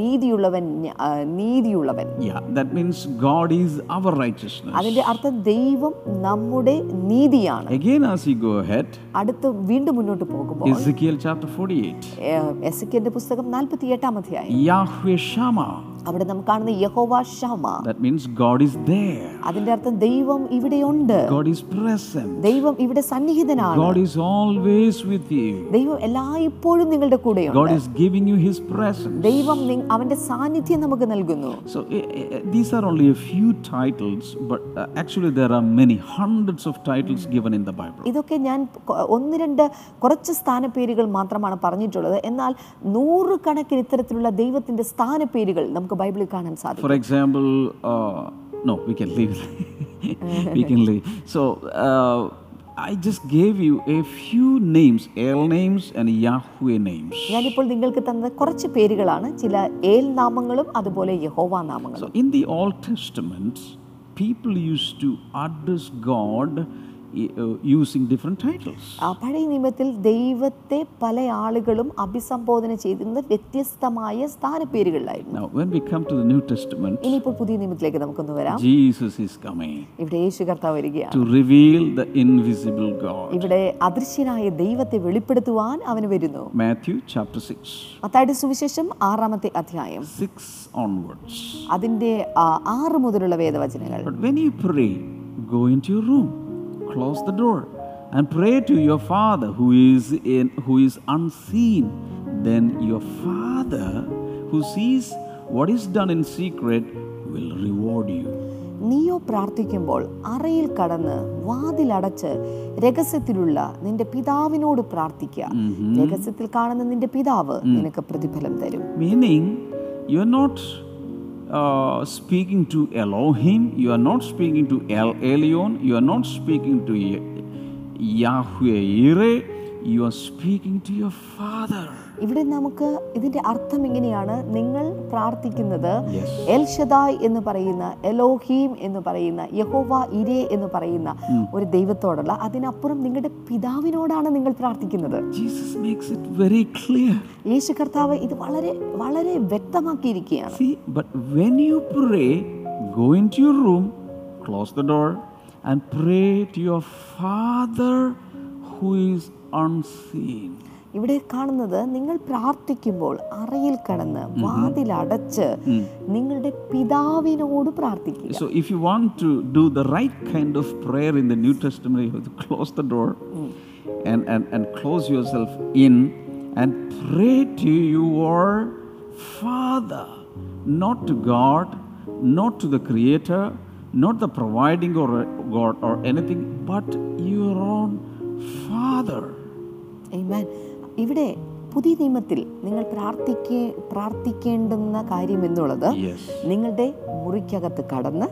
Speaker 2: നീതിയുള്ളവൻ ഞ- ആ, നീതിയുള്ളവൻ
Speaker 1: Yeah, that means God is our righteousness.
Speaker 2: അതിന്റെ അർത്ഥം ദൈവം നമ്മുടെ നീതിയാണ്
Speaker 1: Again, as you go ahead,
Speaker 2: അടുത്ത് വീണ്ടും മുന്നോട്ട് പോകുമ്പോൾ
Speaker 1: Ezekiel chapter 48,
Speaker 2: എസക്കിന്റെ പുസ്തകം നാൽപ്പത്തി എട്ടാം അധ്യായം
Speaker 1: Yahweh Shama,
Speaker 2: അവിടെ നാം കാണുന്ന യഹോവ Shama
Speaker 1: that means God is there,
Speaker 2: അതിന്റെ അർത്ഥം ദൈവം ഇവിടെയുണ്ട്
Speaker 1: God is present,
Speaker 2: ദൈവം ഇവിടെ സന്നിഹിതനാണ്
Speaker 1: God is always with you,
Speaker 2: ദൈവം എല്ലായ്പ്പോഴും നിങ്ങളുടെ കൂടെയുണ്ട്
Speaker 1: God is giving you His presence.
Speaker 2: ദൈവം നി- അവന്റെ സാന്നിധ്യം നമുക്ക് നൽകുന്നു
Speaker 1: So eh, eh, eh, these are only a few titles, but uh, actually there are many hundreds of titles given in the Bible.
Speaker 2: ഇതൊക്കെ ഞാൻ കൊ- ഒന്ന് രണ്ട് കുറച്ച് സ്ഥാനപ്പേരുകൾ മാത്രമാണ് പറഞ്ഞിട്ടുള്ളത് എന്നാൽ നൂറുകണക്കിന് ഇത്തരത്തിലുള്ള ദൈവത്തിന്റെ സ്ഥാനപ്പേരുകൾ നമുക്ക് ബൈബിളിൽ കാണാൻ സാധിക്കും
Speaker 1: For example, uh, no, we can leave. we can leave. So uh, I just gave you a few names, El names and Yahweh names.
Speaker 2: ഞാനിപ്പോൾ നിങ്ങൾക്ക് തന്നത് കുറച്ച് പേരുകളാണ് ചില ഏൽ നാമങ്ങളും അതുപോലെ യഹോവ നാമങ്ങളും
Speaker 1: So in the Old Testament, people used to address God eh, uh, using different titles.
Speaker 2: ആ പഴയ നിയമത്തിൽ ദൈവത്തെ പല ആളുകളും അഭിസംബോധന ചെയ്തിരുന്നത് വ്യത്യസ്തമായ സ്ഥാനപ്പേരുകളിലായിരുന്നു
Speaker 1: Now, when we come to the New Testament,
Speaker 2: ഇനിയിപ്പോൾ പുതിയ നിയമത്തിലേക്ക് നമുക്കൊന്ന് വരാം
Speaker 1: Jesus is coming.
Speaker 2: ഇവിടെ യേശു കർത്താവ് വരികയാണ്
Speaker 1: to reveal the invisible God.
Speaker 2: ഇവിടെ അദൃശ്യനായ ദൈവത്തെ വെളിപ്പെടുത്തുവാൻ അവന് വരുന്നു
Speaker 1: Matthew chapter 6,
Speaker 2: മത്തായുടെ സുവിശേഷം ആറാമത്തെ അധ്യായം
Speaker 1: 6 onwards.
Speaker 2: അതിൻ്റെ ആ, ആറ് മുതലുള്ള വേദവചനങ്ങൾ
Speaker 1: But when you pray, go into your room, close the door, and pray to your Father who is, in, who is unseen. Then your Father who sees what is done in secret will reward you.
Speaker 2: നീയോ പ്രാർത്ഥിക്കുമ്പോൾ അറയിൽ കടന്ന് വാതിലടച്ച് രഹസ്യത്തിലുള്ള നിന്റെ പിതാവിനോട് പ്രാർത്ഥിക്കുക രഹസ്യത്തിൽ കാണുന്ന നിന്റെ പിതാവ് നിനക്ക് പ്രതിഫലം തരും
Speaker 1: Meaning, you are not uh, speaking to Elohim, you are not speaking to El Elyon, you are not speaking to Ye- Yahweh Yireh, you are speaking to your Father.
Speaker 2: ഇവിടെ നമുക്ക് ഇതിന്റെ അർത്ഥം ഇങ്ങനെയാണ് നിങ്ങൾ പ്രാർത്ഥിക്കുന്നത്
Speaker 1: Yes.
Speaker 2: എൽ ഷദായ് എന്ന് പറയുന്ന Elohim എന്ന് പറയുന്ന യഹോവ ഇരേ എന്ന് പറയുന്ന ഒരു ദൈവത്തോടല്ല അതിനപ്പുറം നിങ്ങളുടെ പിതാവിനോടാണ് നിങ്ങൾ പ്രാർത്ഥിക്കുന്നത്
Speaker 1: Jesus makes it very clear.
Speaker 2: യേശു കർത്താവ് ഇത് വളരെ വളരെ വ്യക്തമാക്കിയിരിക്കുകയാണ്
Speaker 1: See, but when you pray, go into your room, close the door, and pray to your Father who is unseen.
Speaker 2: ഇവിടെ കാണുന്നത് നിങ്ങൾ പ്രാർത്ഥിക്കുമ്പോൾ അറയിൽ കടന്ന് വാതിലടച്ച് നിങ്ങളുടെ പിതാവിനോട് പ്രാർത്ഥിക്കുക
Speaker 1: So, if you want to do the right kind of prayer in the New Testament, you have to close the door and, and, and close yourself in and pray to your Father, not to God, not to the Creator, not the providing or God or anything, but your own Father.
Speaker 2: Amen. ഇവിടെ പുതിയ നിയമത്തിൽ നിങ്ങൾ പ്രാർത്ഥിക്കേ പ്രാർത്ഥിക്കേണ്ടുന്ന കാര്യം എന്നുള്ളത്
Speaker 1: Yes.
Speaker 2: നിങ്ങളുടെ മുറിക്കകത്ത് കടന്ന്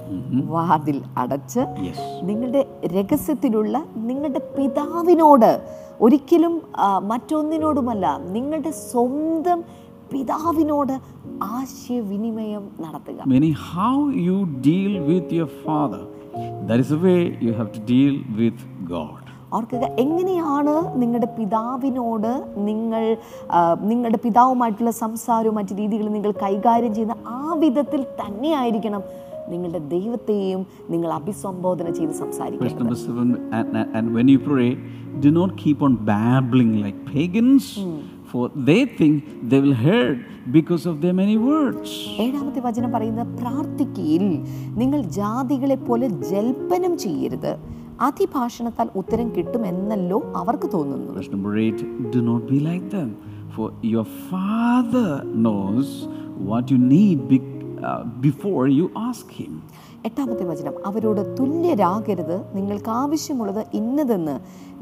Speaker 2: വാതിൽ അടച്ച്
Speaker 1: Yes.
Speaker 2: നിങ്ങളുടെ രഹസ്യത്തിലുള്ള നിങ്ങളുടെ പിതാവിനോട് ഒരിക്കലും ആ, മറ്റൊന്നിനോടുമല്ല നിങ്ങളുടെ സ്വന്തം പിതാവിനോട് ആശയവിനിമയം നടത്തുക
Speaker 1: Meaning, how you deal with your Father, that is the way you have to deal with God.
Speaker 2: ഓർക്കുക എങ്ങനെയാണ് നിങ്ങളുടെ പിതാവിനോട് നിങ്ങൾ ആ, നിങ്ങളുടെ പിതാവുമായിട്ടുള്ള സംസാരവും മറ്റു രീതികളും നിങ്ങൾ കൈകാര്യം ചെയ്യുന്ന ആ വിധത്തിൽ തന്നെയായിരിക്കണം നിങ്ങളുടെ ദൈവത്തെയും നിങ്ങൾ അഭിസംബോധന ചെയ്ത്
Speaker 1: Verse
Speaker 2: സംസാരിക്കണം
Speaker 1: number seven, and, and- and when you pray, do not keep on babbling like pagans, for they think they will hurt because of their many words.
Speaker 2: ഏഴാമത്തെ വചനം പറയുന്നത് പ്രാർത്ഥിക്കയിൽ നിങ്ങൾ ജാതികളെ പോലെ ജൽപ്പനം ചെയ്യരുത് അതിഭാഷണത്താൽ ഉത്തരം കിട്ടുമെന്നല്ലോ അവർക്ക് തോന്നുന്നു
Speaker 1: Verse number eight, do not be like them, for your Father knows what you need be, uh, before you ask Him.
Speaker 2: എട്ടാമത്തെ വചനം അവരോട് തുല്യരാകരുത് നിങ്ങൾക്ക് ആവശ്യമുള്ളത് ഇന്നതെന്ന്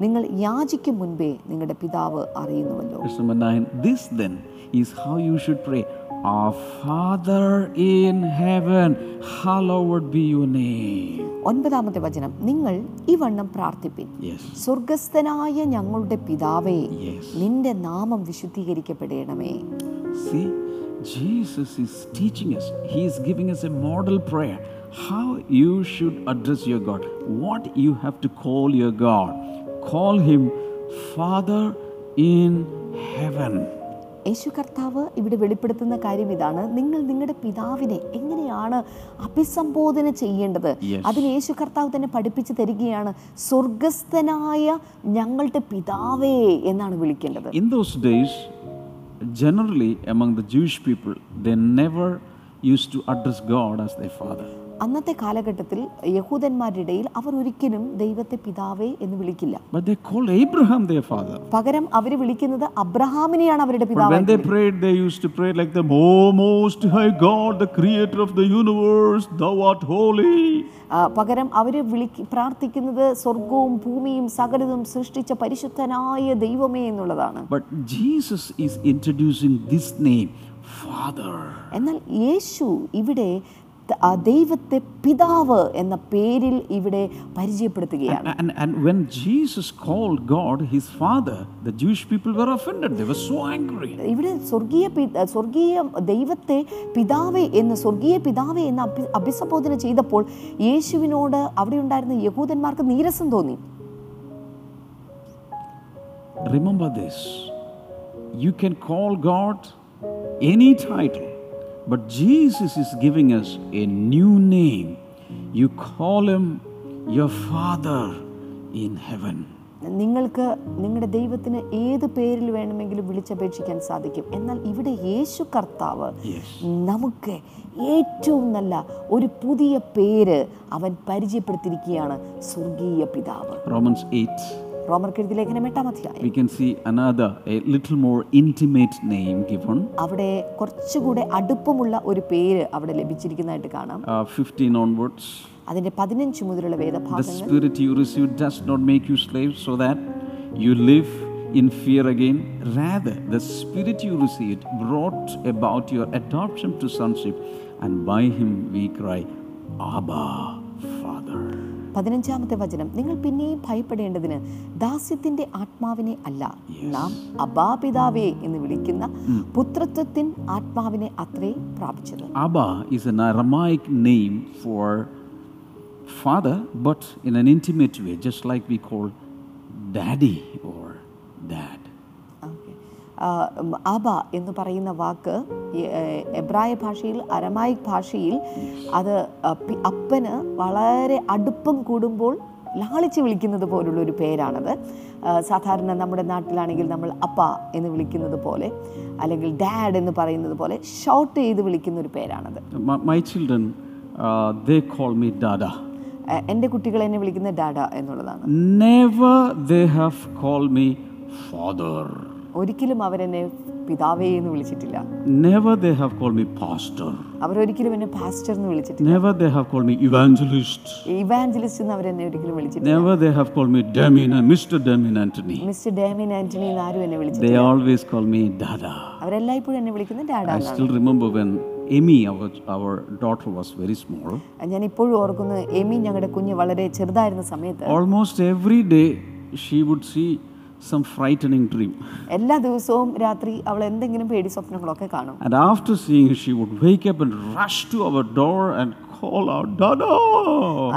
Speaker 2: നിങ്ങൾ യാചിക്കും മുൻപേ നിങ്ങളുടെ പിതാവ് അറിയുന്നുവല്ലോ
Speaker 1: Verse number nine, this then is how you should pray. Our Father in heaven, hallowed be your name.
Speaker 2: ഒൻപതാമത്തെ വചനം നിങ്ങൾ ഈ വണ്ണം പ്രാർത്ഥിപ്പിൻ
Speaker 1: Yes,
Speaker 2: സ്വർഗസ്ഥനായ ഞങ്ങളുടെ പിതാവേ
Speaker 1: yes.
Speaker 2: നിന്റെ നാമം വിശുദ്ധീകരിക്കപ്പെടണമേ
Speaker 1: See, Jesus is teaching us, He is giving us a model prayer how you should address your God, what you have to call your God. Call Him Father in heaven.
Speaker 2: യേശു കർത്താവ് ഇവിടെ വെളിപ്പെടുത്തുന്ന കാര്യം ഇതാണ് നിങ്ങൾ നിങ്ങളുടെ പിതാവിനെ എങ്ങനെയാണ് അഭിസംബോധന ചെയ്യേണ്ടത്
Speaker 1: Yes.
Speaker 2: അതിന് യേശു കർത്താവ് തന്നെ പഠിപ്പിച്ചു തരികയാണ് സ്വർഗസ്ഥനായ ഞങ്ങളുടെ പിതാവേ എന്നാണ് വിളിക്കേണ്ടത്
Speaker 1: In those days, generally among the Jewish people, they never used to address God as their Father.
Speaker 2: അന്നത്തെ കാലഘട്ടത്തിൽ യഹൂദന്മാരുടെ ഇടയിൽ അവർ ഒരിക്കലും ദൈവത്തെ പിതാവേ എന്ന് വിളിക്കില്ല
Speaker 1: But they called Abraham their father.
Speaker 2: പകരം അവർ വിളിക്കുന്നത് അബ്രഹാമിനെയാണ് അവരുടെ
Speaker 1: But when
Speaker 2: പിതാവ്
Speaker 1: they prayed, they used to pray like them, O Most High God, the Creator of the universe, Thou art holy.
Speaker 2: ആ, പകരം അവർ വിളി പ്രാർത്ഥിക്കുന്നത് സ്വർഗവും ഭൂമിയും സകലതും സൃഷ്ടിച്ച പരിശുദ്ധനായ ദൈവമേ എന്നുള്ളതാണ്
Speaker 1: But Jesus is introducing this name, Father.
Speaker 2: എന്നാൽ യേശു ഇവിടെ ത- ആ ദൈവത്തെ പിതാവ് എന്ന പേരിൽ ഇവിടെ പരിചയപ്പെടുത്തുകയാണ്
Speaker 1: And, and when Jesus called God his Father, the Jewish people were offended. They were so angry.
Speaker 2: ഇവിടെ സ്വർഗീയ പി- ആ, സ്വർഗീയ ദൈവത്തെ പിതാവേ എന്ന് സ്വർഗീയ പിതാവേ എന്ന് അഭി അഭിസംബോധന ചെയ്തപ്പോൾ യേശുവിനോട് അവിടെ ഉണ്ടായിരുന്ന യഹൂദന്മാർക്ക് നീരസം തോന്നി
Speaker 1: Remember this you can call God any title, but Jesus is giving us a new name. You call him your Father in heaven.
Speaker 2: നിങ്ങൾക്ക് നിങ്ങളുടെ ദൈവത്തിന് ഏത് പേരിൽ വേണമെങ്കിലും വിളിച്ചപേക്ഷിക്കാൻ സാധിക്കും എന്നാൽ ഇവിടെ യേശു കർത്താവ്
Speaker 1: Yes.
Speaker 2: നമുക്ക് ഏറ്റവും നല്ല ഒരു pudiya പേര് അവൻ പരിചയപ്പെടുത്തിയിരിക്കുകയാണ് സ്വർഗീയ പിതാവ്
Speaker 1: Romans 8
Speaker 2: റോമർക്കെഴുതി ലേഖനം എട്ടാം അധ്യായം
Speaker 1: we can see another, a little more intimate name given.
Speaker 2: അവിടെ കുറച്ചുകൂടെ അടുപ്പമുള്ള ഒരു പേര് അവിടെ ലഭിച്ചിരിക്കുന്നതായിട്ട് കാണാം
Speaker 1: Uh, 15 onwards.
Speaker 2: അതിൻ്റെ പതിനഞ്ച് മുതലുള്ള
Speaker 1: The
Speaker 2: വേദഭാഗങ്ങൾ
Speaker 1: spirit you received does not make you slaves so that you live in fear again. Rather, the spirit you received brought about your adoption to sonship, and by him we cry, Abba, Father.
Speaker 2: പതിനഞ്ചാമത്തെ വചനം നിങ്ങൾ പിന്നെയും ഭയപ്പെടേണ്ടതിന് ദാസ്യത്തിന്റെ ആത്മാവിനെ അല്ല നാം അബാപിതാവേ എന്ന് വിളിക്കുന്ന പുത്രത്വത്തിൻ ആത്മാവിനെ അത്രേ പ്രാപിച്ചത്
Speaker 1: Abba is an Aramaic name for father, but in an intimate way, just like we call daddy or dad.
Speaker 2: Okay. ആ, ഉം, അബ എന്ന് പറയുന്ന വാക്ക് ഈ, ഏ, എബ്രായ ഭാഷയിൽ അരമായിക് ഭാഷയിൽ അത് അ, പി- അപ്പന് വളരെ അടുപ്പം കൂടുമ്പോൾ ലാളിച്ച് വിളിക്കുന്നത് പോലുള്ള ഒരു പേരാണത് ആ, സാധാരണ നമ്മുടെ നാട്ടിലാണെങ്കിൽ നമ്മൾ അപ്പ എന്ന് വിളിക്കുന്നത് പോലെ അല്ലെങ്കിൽ ഡാഡ് എന്ന് പറയുന്നത് പോലെ ഷോർട്ട് ചെയ്ത് വിളിക്കുന്ന ഒരു പേരാണത്
Speaker 1: My, my children, uh, they call me Dada.
Speaker 2: ആ, എൻ്റെ കുട്ടികൾ എന്നെ വിളിക്കുന്ന ഡാഡ എന്നുള്ളതാണ്
Speaker 1: Never they have called me father.
Speaker 2: ഒരിക്കലും അവരെന്നെ പിതാവേ എന്ന് വിളിച്ചിട്ടില്ല
Speaker 1: Never they have called me pastor.
Speaker 2: അവരൊരിക്കലും എന്നെ പാസ്റ്റർ എന്ന് വിളിച്ചിട്ടില്ല
Speaker 1: Never they have called me evangelist.
Speaker 2: Evangelist എന്ന് അവരെന്നെ ഒരിക്കലും വിളിച്ചിട്ടില്ല
Speaker 1: Never they have called me Damien, Mr. Damien Anthony.
Speaker 2: Mister Damien Anthony എന്ന് ആരും എന്നെ വിളിച്ചു
Speaker 1: They always call me Dada.
Speaker 2: അവരെല്ലായ്പ്പോഴും എന്നെ വിളിക്കുന്നത് Dada
Speaker 1: I still remember when Amy, our, our daughter, was very small.
Speaker 2: ഞാൻ ഇപ്പോഴും ഓർക്കുന്നു എമി ഞങ്ങളുടെ കുഞ്ഞ് വളരെ ചെറുതായിരുന്ന സമയത്ത്
Speaker 1: Almost every day she would see some frightening dream.
Speaker 2: എല്ലാ ദിവസവും രാത്രി അവൾ എന്തെങ്കിലും പേടി സ്വപ്നങ്ങളൊക്കെ കാണും
Speaker 1: And after seeing, she would wake up and rush to our door and call out, Dada!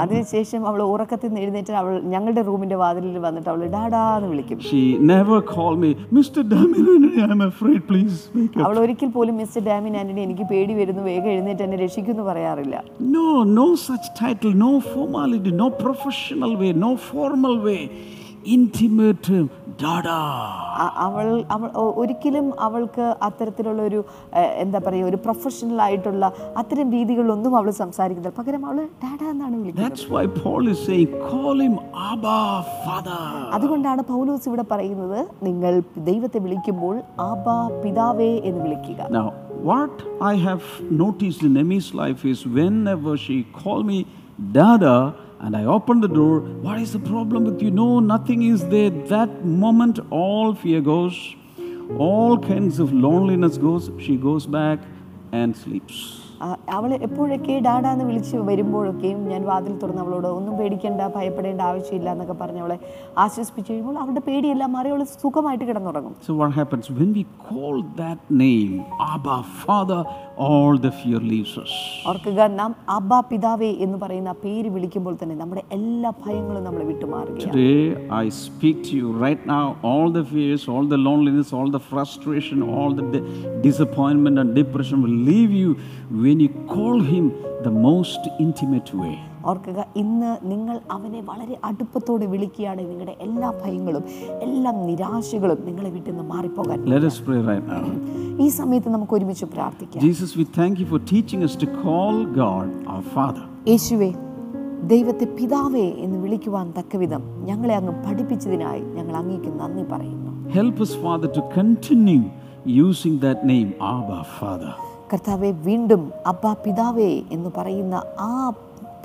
Speaker 2: അതിനുശേഷം അവൾ ഉറക്കത്തിൽ നിന്ന് എഴുന്നേറ്റ് അവൾ ഞങ്ങളുടെ റൂമിന്റെ വാതിലിൽ വന്നിട്ട് അവൾ ഡാഡാ എന്ന് വിളിക്കും
Speaker 1: She never called me, Mr. Damien Anthony, I'm afraid, please wake up.
Speaker 2: അവൾ ഒരിക്കൽ പോലും മിസ്റ്റർ ഡാമിൻ ആന്റണി എനിക്ക് പേടി വരുന്നു വേഗം എഴുന്നേറ്റ് എന്നെ രക്ഷിക്കുമെന്ന് പറയാറില്ല
Speaker 1: No, no such title, no formality, no professional way, no formal way. Intimate term, Dada.
Speaker 2: അ- അവൾ അവൾ ഒ- ഒരിക്കലും അവൾക്ക് അത്തരത്തിലുള്ള ഒരു ഏഹ്, എന്താ പറയുക ഒരു പ്രൊഫഷണൽ ആയിട്ടുള്ള അത്തരം രീതികളൊന്നും അവൾ സംസാരിക്കുന്നില്ല പകരം അവൾ ഡാഡാ എന്നാണ് വിളിക്കുന്നത്
Speaker 1: That's why Paul is saying, call him Abba, Father.
Speaker 2: അതുകൊണ്ടാണ് പൗലോസ് ഇവിടെ പറയുന്നത് നിങ്ങൾ ദൈവത്തെ വിളിക്കുമ്പോൾ ആബാ പിതാവേ എന്ന് വിളിക്കുക
Speaker 1: Now, what I have noticed in Emmy's life is whenever she called me Dada and I opened the door, what is the problem with you? No, nothing is there. That moment, all fear goes, all kinds of loneliness goes. She goes back and sleeps.
Speaker 2: അവൾ എപ്പോഴൊക്കെ ഡാഡാ എന്ന് വിളിച്ച് വരുമ്പോഴൊക്കെയും ഞാൻ വാതിൽ തുറന്ന് അവളോട് ഒന്നും പേടിക്കേണ്ട ഭയപ്പെടേണ്ട ആവശ്യമില്ല എന്നൊക്കെ പറഞ്ഞ് അവളെ ആശ്വസിപ്പിച്ച് കഴിയുമ്പോൾ അവളുടെ പേടിയെല്ലാം മാറി അവൾ സുഖമായിട്ട് കിടന്നുറങ്ങും
Speaker 1: So what happens when we call that name, Abba, Father, all the fear leaves us.
Speaker 2: ഓർക്കുക നാം അബാ പിതാവേ എന്ന് പറയുന്ന ആ പേര് വിളിക്കുമ്പോൾ തന്നെ നമ്മുടെ എല്ലാ ഭയങ്ങളും നമ്മൾ വിട്ടുമാറുകയാണ്
Speaker 1: Today I speak to you right now. All the fears, all the loneliness, all the frustration, all the di- disappointment and depression will leave you when you call Him the most intimate way.
Speaker 2: ഓർക്കുക ഇന്ന് നിങ്ങൾ അവനെ വളരെ അടുപ്പത്തോടെ വിളിക്കുകയാണെങ്കിൽ നിങ്ങളുടെ എല്ലാ ഭയങ്ങളും എല്ലാ നിരാശകളും നിങ്ങളെ വീട്ടിൽ നിന്ന് മാറിപ്പോകാൻ
Speaker 1: Let us pray right now.
Speaker 2: ഈ സമയത്ത് നമുക്ക് ഒരുമിച്ച് പ്രാർത്ഥിക്കാം
Speaker 1: Jesus, we thank you for teaching us to call God our Father.
Speaker 2: യേശുവേ ദൈവത്തെ പിതാവേ എന്ന് വിളിക്കുവാൻ തക്കവിധം ഞങ്ങളെ അങ്ങ് പഠിപ്പിച്ചതിനായി ഞങ്ങൾ അങ്ങേക്ക് നന്ദി പറയുന്നു
Speaker 1: Help us, Father, to continue using that name, Abba, Father.
Speaker 2: കർത്താവെ വീണ്ടും അബ്ബ പിതാവേ എന്ന് പറയുന്ന ആ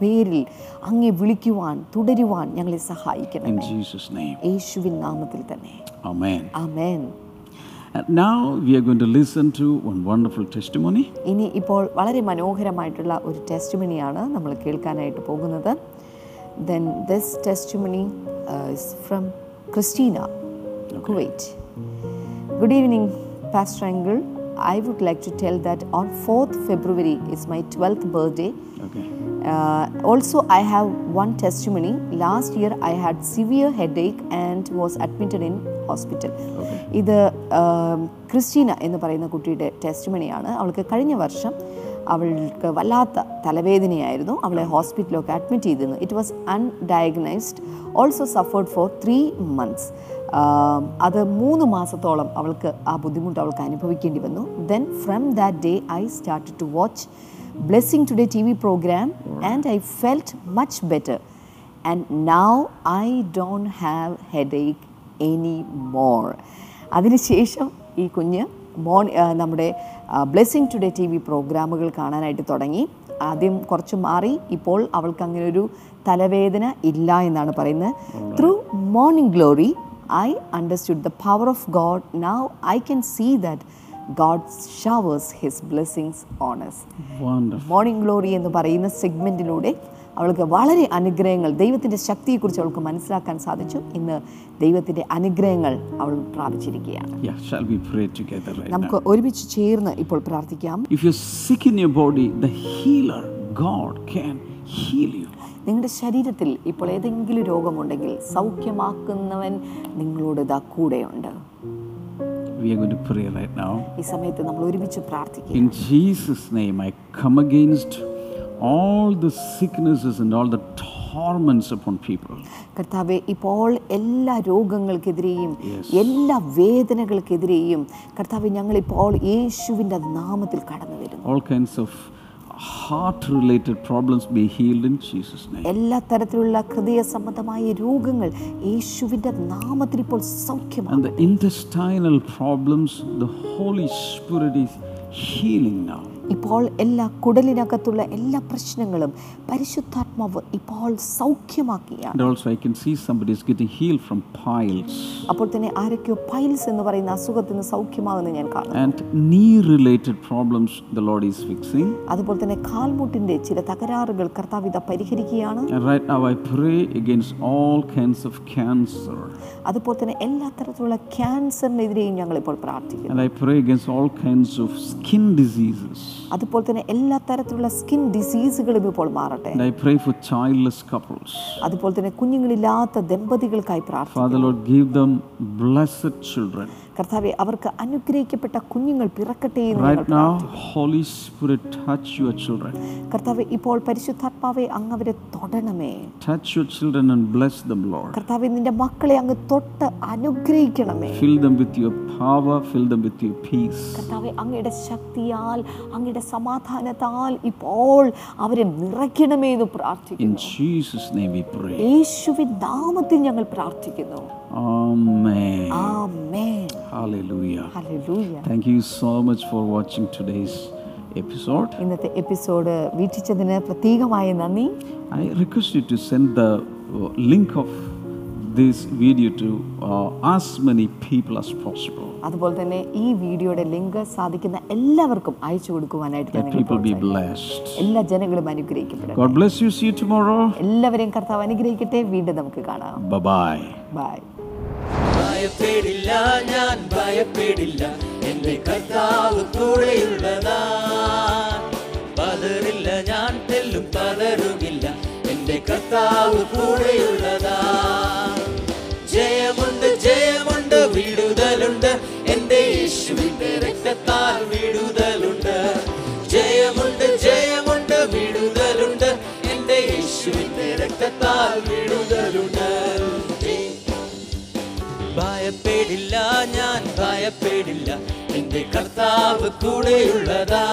Speaker 2: പേരിൽ അങ്ങേ വിളിക്കുവാൻ തുടരുവാൻ ഞങ്ങളെ സഹായിക്കണം
Speaker 1: In Jesus' name.
Speaker 2: യേശുവിൻ നാമത്തിൽ തന്നെ
Speaker 1: Amen.
Speaker 2: Amen
Speaker 1: And now we are going to listen to one wonderful testimony.
Speaker 2: ഇനി ഇപ്പോൾ വളരെ മനോഹരമായിട്ടുള്ള ഒരു ടെസ്റ്റുമണിയാണ് നമ്മൾ കേൾക്കാനായിട്ട് പോകുന്നത് then this testimony uh, from Christina Kuwait good evening pastor uncle I would like to tell that on fourth February it's my twelfth birthday
Speaker 1: Okay.
Speaker 2: Uh, also, I have one testimony. Last year, I had severe headache and was admitted in hospital. ഇത് ഉം, Christina എന്ന് പറയുന്ന കുട്ടിയുടെ ടെസ്റ്റിമണിയാണ് അവൾക്ക് കഴിഞ്ഞ വർഷം അവൾക്ക് വല്ലാത്ത തലവേദനയായിരുന്നു അവളെ ഹോസ്പിറ്റലൊക്കെ അഡ്മിറ്റ് ചെയ്തിരുന്നു it was undiagnosed also suffered for three months Um, അത് മൂന്ന് മാസത്തോളം അവൾക്ക് ആ ബുദ്ധിമുട്ട് അവൾക്ക് അനുഭവിക്കേണ്ടി വന്നു then from that day I start to watch Blessing Today TV program, and I felt much better. And now I don't have headache anymore. അതിനുശേഷം ഈ കുഞ്ഞ് മോൺ ആ, നമ്മുടെ ബ്ലെസ്സിങ് ടുഡേ ടി വി പ്രോഗ്രാമുകൾ കാണാനായിട്ട് തുടങ്ങി ആദ്യം കുറച്ച് മാറി ഇപ്പോൾ അവൾക്ക് അങ്ങനെ ഒരു തലവേദന ഇല്ല എന്നാണ് പറയുന്നത് through morning glory I understood the power of God now I can see that God showers his blessings on us
Speaker 1: Wonderful.
Speaker 2: Morning glory എന്ന് പറയുന്ന സെഗ്മെൻറ്റിലൂടെ അവൾക്ക് വളരെ അനുഗ്രഹങ്ങൾ ദൈവത്തിൻ്റെ ശക്തിയെക്കുറിച്ച് അവൾക്ക് മനസ്സിലാക്കാൻ സാധിച്ചു ഇന്ന് ദൈവത്തിൻ്റെ അനുഗ്രഹങ്ങൾ അവൾ പ്രാപിച്ചിരിക്കുകയാണ്
Speaker 1: Yeah, shall we pray together right now?
Speaker 2: നമുക്ക് ഒരുമിച്ച് ചേർന്ന് ഇപ്പോൾ പ്രാർത്ഥിക്കാം
Speaker 1: If you're sick in your body, the healer, God, can heal you.
Speaker 2: നിങ്ങളുടെ ശരീരത്തിൽ ഇപ്പോൾ ഏതെങ്കിലും രോഗമുണ്ടെങ്കിൽ സൗഖ്യമാക്കുന്നവൻ നിങ്ങളോട് ഇതാ കൂടെയുണ്ട്
Speaker 1: We are going to pray right now.
Speaker 2: ഈ സമയത്ത് നമ്മൾ ഒരുമിച്ച് പ്രാർത്ഥിക്കുക
Speaker 1: In Jesus' name, I come against all the sicknesses and all the torments upon people.
Speaker 2: കർത്താവെ ഇപ്പോൾ എല്ലാ രോഗങ്ങൾക്കെതിരെയും എല്ലാ വേദനകൾക്കെതിരെയും കർത്താവെ ഞങ്ങളിപ്പോൾ യേശുവിൻ്റെ നാമത്തിൽ കടന്നു വരുന്നു
Speaker 1: All kinds of heart related problems be healed in Jesus' name.
Speaker 2: എല്ലാ തരത്തിലുള്ള ഹൃദയ സംബന്ധമായ രോഗങ്ങൾ യേശുവിന്റെ നാമത്തിൽ ഇപ്പോൾ സൗഖ്യമാണ്
Speaker 1: And the intestinal problems, the Holy Spirit is healing now.
Speaker 2: ഇപ്പോൾ എല്ലാ കുടലിനകത്തുള്ള എല്ലാ പ്രശ്നങ്ങളും പരിശുദ്ധാത്മാവ് ഇപ്പോൾ സൗഖ്യമാക്കിയാണ്
Speaker 1: And also, I can see somebody is getting healed from piles
Speaker 2: അപ്പോൾ തന്നെ ആരൊക്കെയോ പൈൽസ് എന്ന് പറയുന്ന അസുഖത്തിന് സൗഖ്യമാകുന്നത് ഞാൻ കാണുന്നു
Speaker 1: and knee related problems, the Lord is fixing.
Speaker 2: അതുപോലെ തന്നെ കാൽമുട്ടിന്റെ ചില തകരാറുകൾ കർത്താവിത പരിഹരിക്കുകയാണ്
Speaker 1: And right now, I pray against all kinds of cancer.
Speaker 2: അതുപോലെ തന്നെ എല്ലാ തരത്തിലുള്ള ക്യാൻസറിനെതിരെയും ഞങ്ങൾ ഇപ്പോൾ പ്രാർത്ഥിക്കുന്നു
Speaker 1: And I pray against all kinds of skin diseases.
Speaker 2: അതുപോലെ തന്നെ എല്ലാ തരത്തിലുള്ള സ്കിൻ ഡിസീസുകളും ഇപ്പോൾ മാറട്ടെ
Speaker 1: And I pray for childless couples.
Speaker 2: അതുപോലെ തന്നെ കുഞ്ഞുങ്ങളില്ലാത്ത ദമ്പതികൾക്കായി പ്രാർത്ഥിക്കുന്നു
Speaker 1: Father, Lord, give them blessed children.
Speaker 2: കർത്താവെ അവർക്ക് അനുഗ്രഹിക്കപ്പെട്ട കുഞ്ഞുങ്ങൾ പിറക്കട്ടെ എന്ന് ഞങ്ങൾ
Speaker 1: Right now,
Speaker 2: പ്രാർത്ഥിക്കുന്നു.
Speaker 1: Holy Spirit, touch your children.
Speaker 2: കർത്താവെ ഇപ്പോൾ പരിശുദ്ധാത്മാവെ അങ്ങ് അവരെ തൊടണമേ
Speaker 1: Touch your children and bless them, Lord.
Speaker 2: കർത്താവെ നിന്റെ മക്കളെ അങ്ങ് തൊട്ട് അനുഗ്രഹിക്കണമേ
Speaker 1: Fill them with your power, fill them with your peace.
Speaker 2: കർത്താവെ അങ്ങയുടെ ശക്തിയാൽ അങ്ങയുടെ സമാധാനത്താൽ ഇപ്പോൾ അവരെ നിറയ്ക്കണമേ എന്ന്
Speaker 1: In
Speaker 2: പ്രാർത്ഥിക്കുന്നു
Speaker 1: Jesus' name we pray.
Speaker 2: യേശുവിൻ നാമത്തിൽ ഞങ്ങൾ പ്രാർത്ഥിക്കുന്നു
Speaker 1: Amen.
Speaker 2: ആമേൻ
Speaker 1: Hallelujah.
Speaker 2: ഹല്ലേലൂയ
Speaker 1: Thank you so much for watching today's episode.
Speaker 2: ഇന്നത്തെ എപ്പിസോഡ് വീക്ഷിച്ചതിന് പ്രത്യേകമായ നന്ദി
Speaker 1: I request you to send the uh, link of this video to uh, as many people as possible.
Speaker 2: അതുപോലെ തന്നെ ഈ വീഡിയോയുടെ ലിങ്ക് സാധിക്കുന്ന എല്ലാവർക്കും അയച്ചു കൊടുക്കുവാനായിട്ട് ഞാൻ
Speaker 1: Let
Speaker 2: നിങ്ങളെ
Speaker 1: people be
Speaker 2: പ്രോത്സാഹിപ്പിക്കുന്നു.
Speaker 1: blessed.
Speaker 2: എല്ലാ ജനങ്ങളും അനുഗ്രഹിക്കപ്പെടട്ടെ
Speaker 1: God bless you. See you tomorrow.
Speaker 2: എല്ലാവരെയും കർത്താവ് അനുഗ്രഹിക്കട്ടെ വീണ്ടും നമുക്ക് കാണാം
Speaker 1: Bye bye.
Speaker 2: ബൈ
Speaker 3: ഭയപ്പെടില്ല ഞാൻ ഭയപ്പെടില്ല എന്റെ കർത്താവ് കൂടെയുള്ളതാ പതറില്ല ഞാൻ തെല്ലും പതറുകില്ല എന്റെ കർത്താവ് കൂടെയുള്ളതാ ജയമുണ്ട് ജയമുണ്ട് വിടുതലുണ്ട് എന്റെ യേശുവിന്റെ രക്തത്താൽ വിടുതലുണ്ട് ജയമുണ്ട് ജയമുണ്ട് വിടുതലുണ്ട് എന്റെ യേശുവിന്റെ രക്തത്താൽ വിടുതലുണ്ട് ഭയപ്പെടില്ല ഞാൻ ഭയപ്പെടില്ല എന്റെ കർത്താവ് കൂടെയുള്ളതാ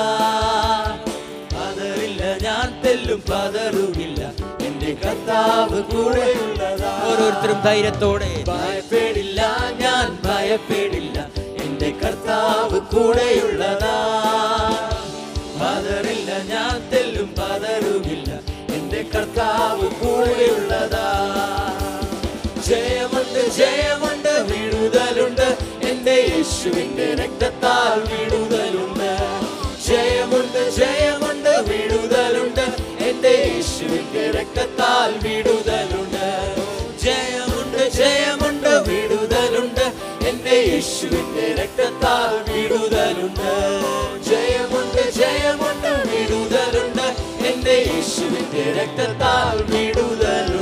Speaker 3: പതറില്ല ഞാൻ തെല്ലും പതറുകില്ല എന്റെ കർത്താവ് കൂടെയുള്ളതാ ഓരോരുത്തരും ധൈര്യത്തോടെ ഭയപ്പെടില്ല ഞാൻ ഭയപ്പെടില്ല എന്റെ കർത്താവ് കൂടെയുള്ളതാ പതറില്ല ഞാൻ തെല്ലും പതറുകില്ല എന്റെ കർത്താവ് കൂടെയുള്ളതാ ജയമുണ്ട് ജയമുണ്ട് വിടുതലുണ്ട് എന്റെ യേശുവിന്റെ രക്തത്താൽ വിടുതലുണ്ട് ജയമുണ്ട് ജയമുണ്ട് വിടുതലുണ്ട് എന്റെ യേശുവിന്റെ രക്തത്താൽ വിടുതലുണ്ട് ജയമുണ്ട് ജയമുണ്ട് വിടുതലുണ്ട് എന്റെ യേശുവിന്റെ രക്തത്താൽ വിടുതലുണ്ട് ജയമുണ്ട് ജയമുണ്ട് വിടുതലുണ്ട് എന്റെ യേശുവിന്റെ രക്തത്താൽ വിടുതലുണ്ട്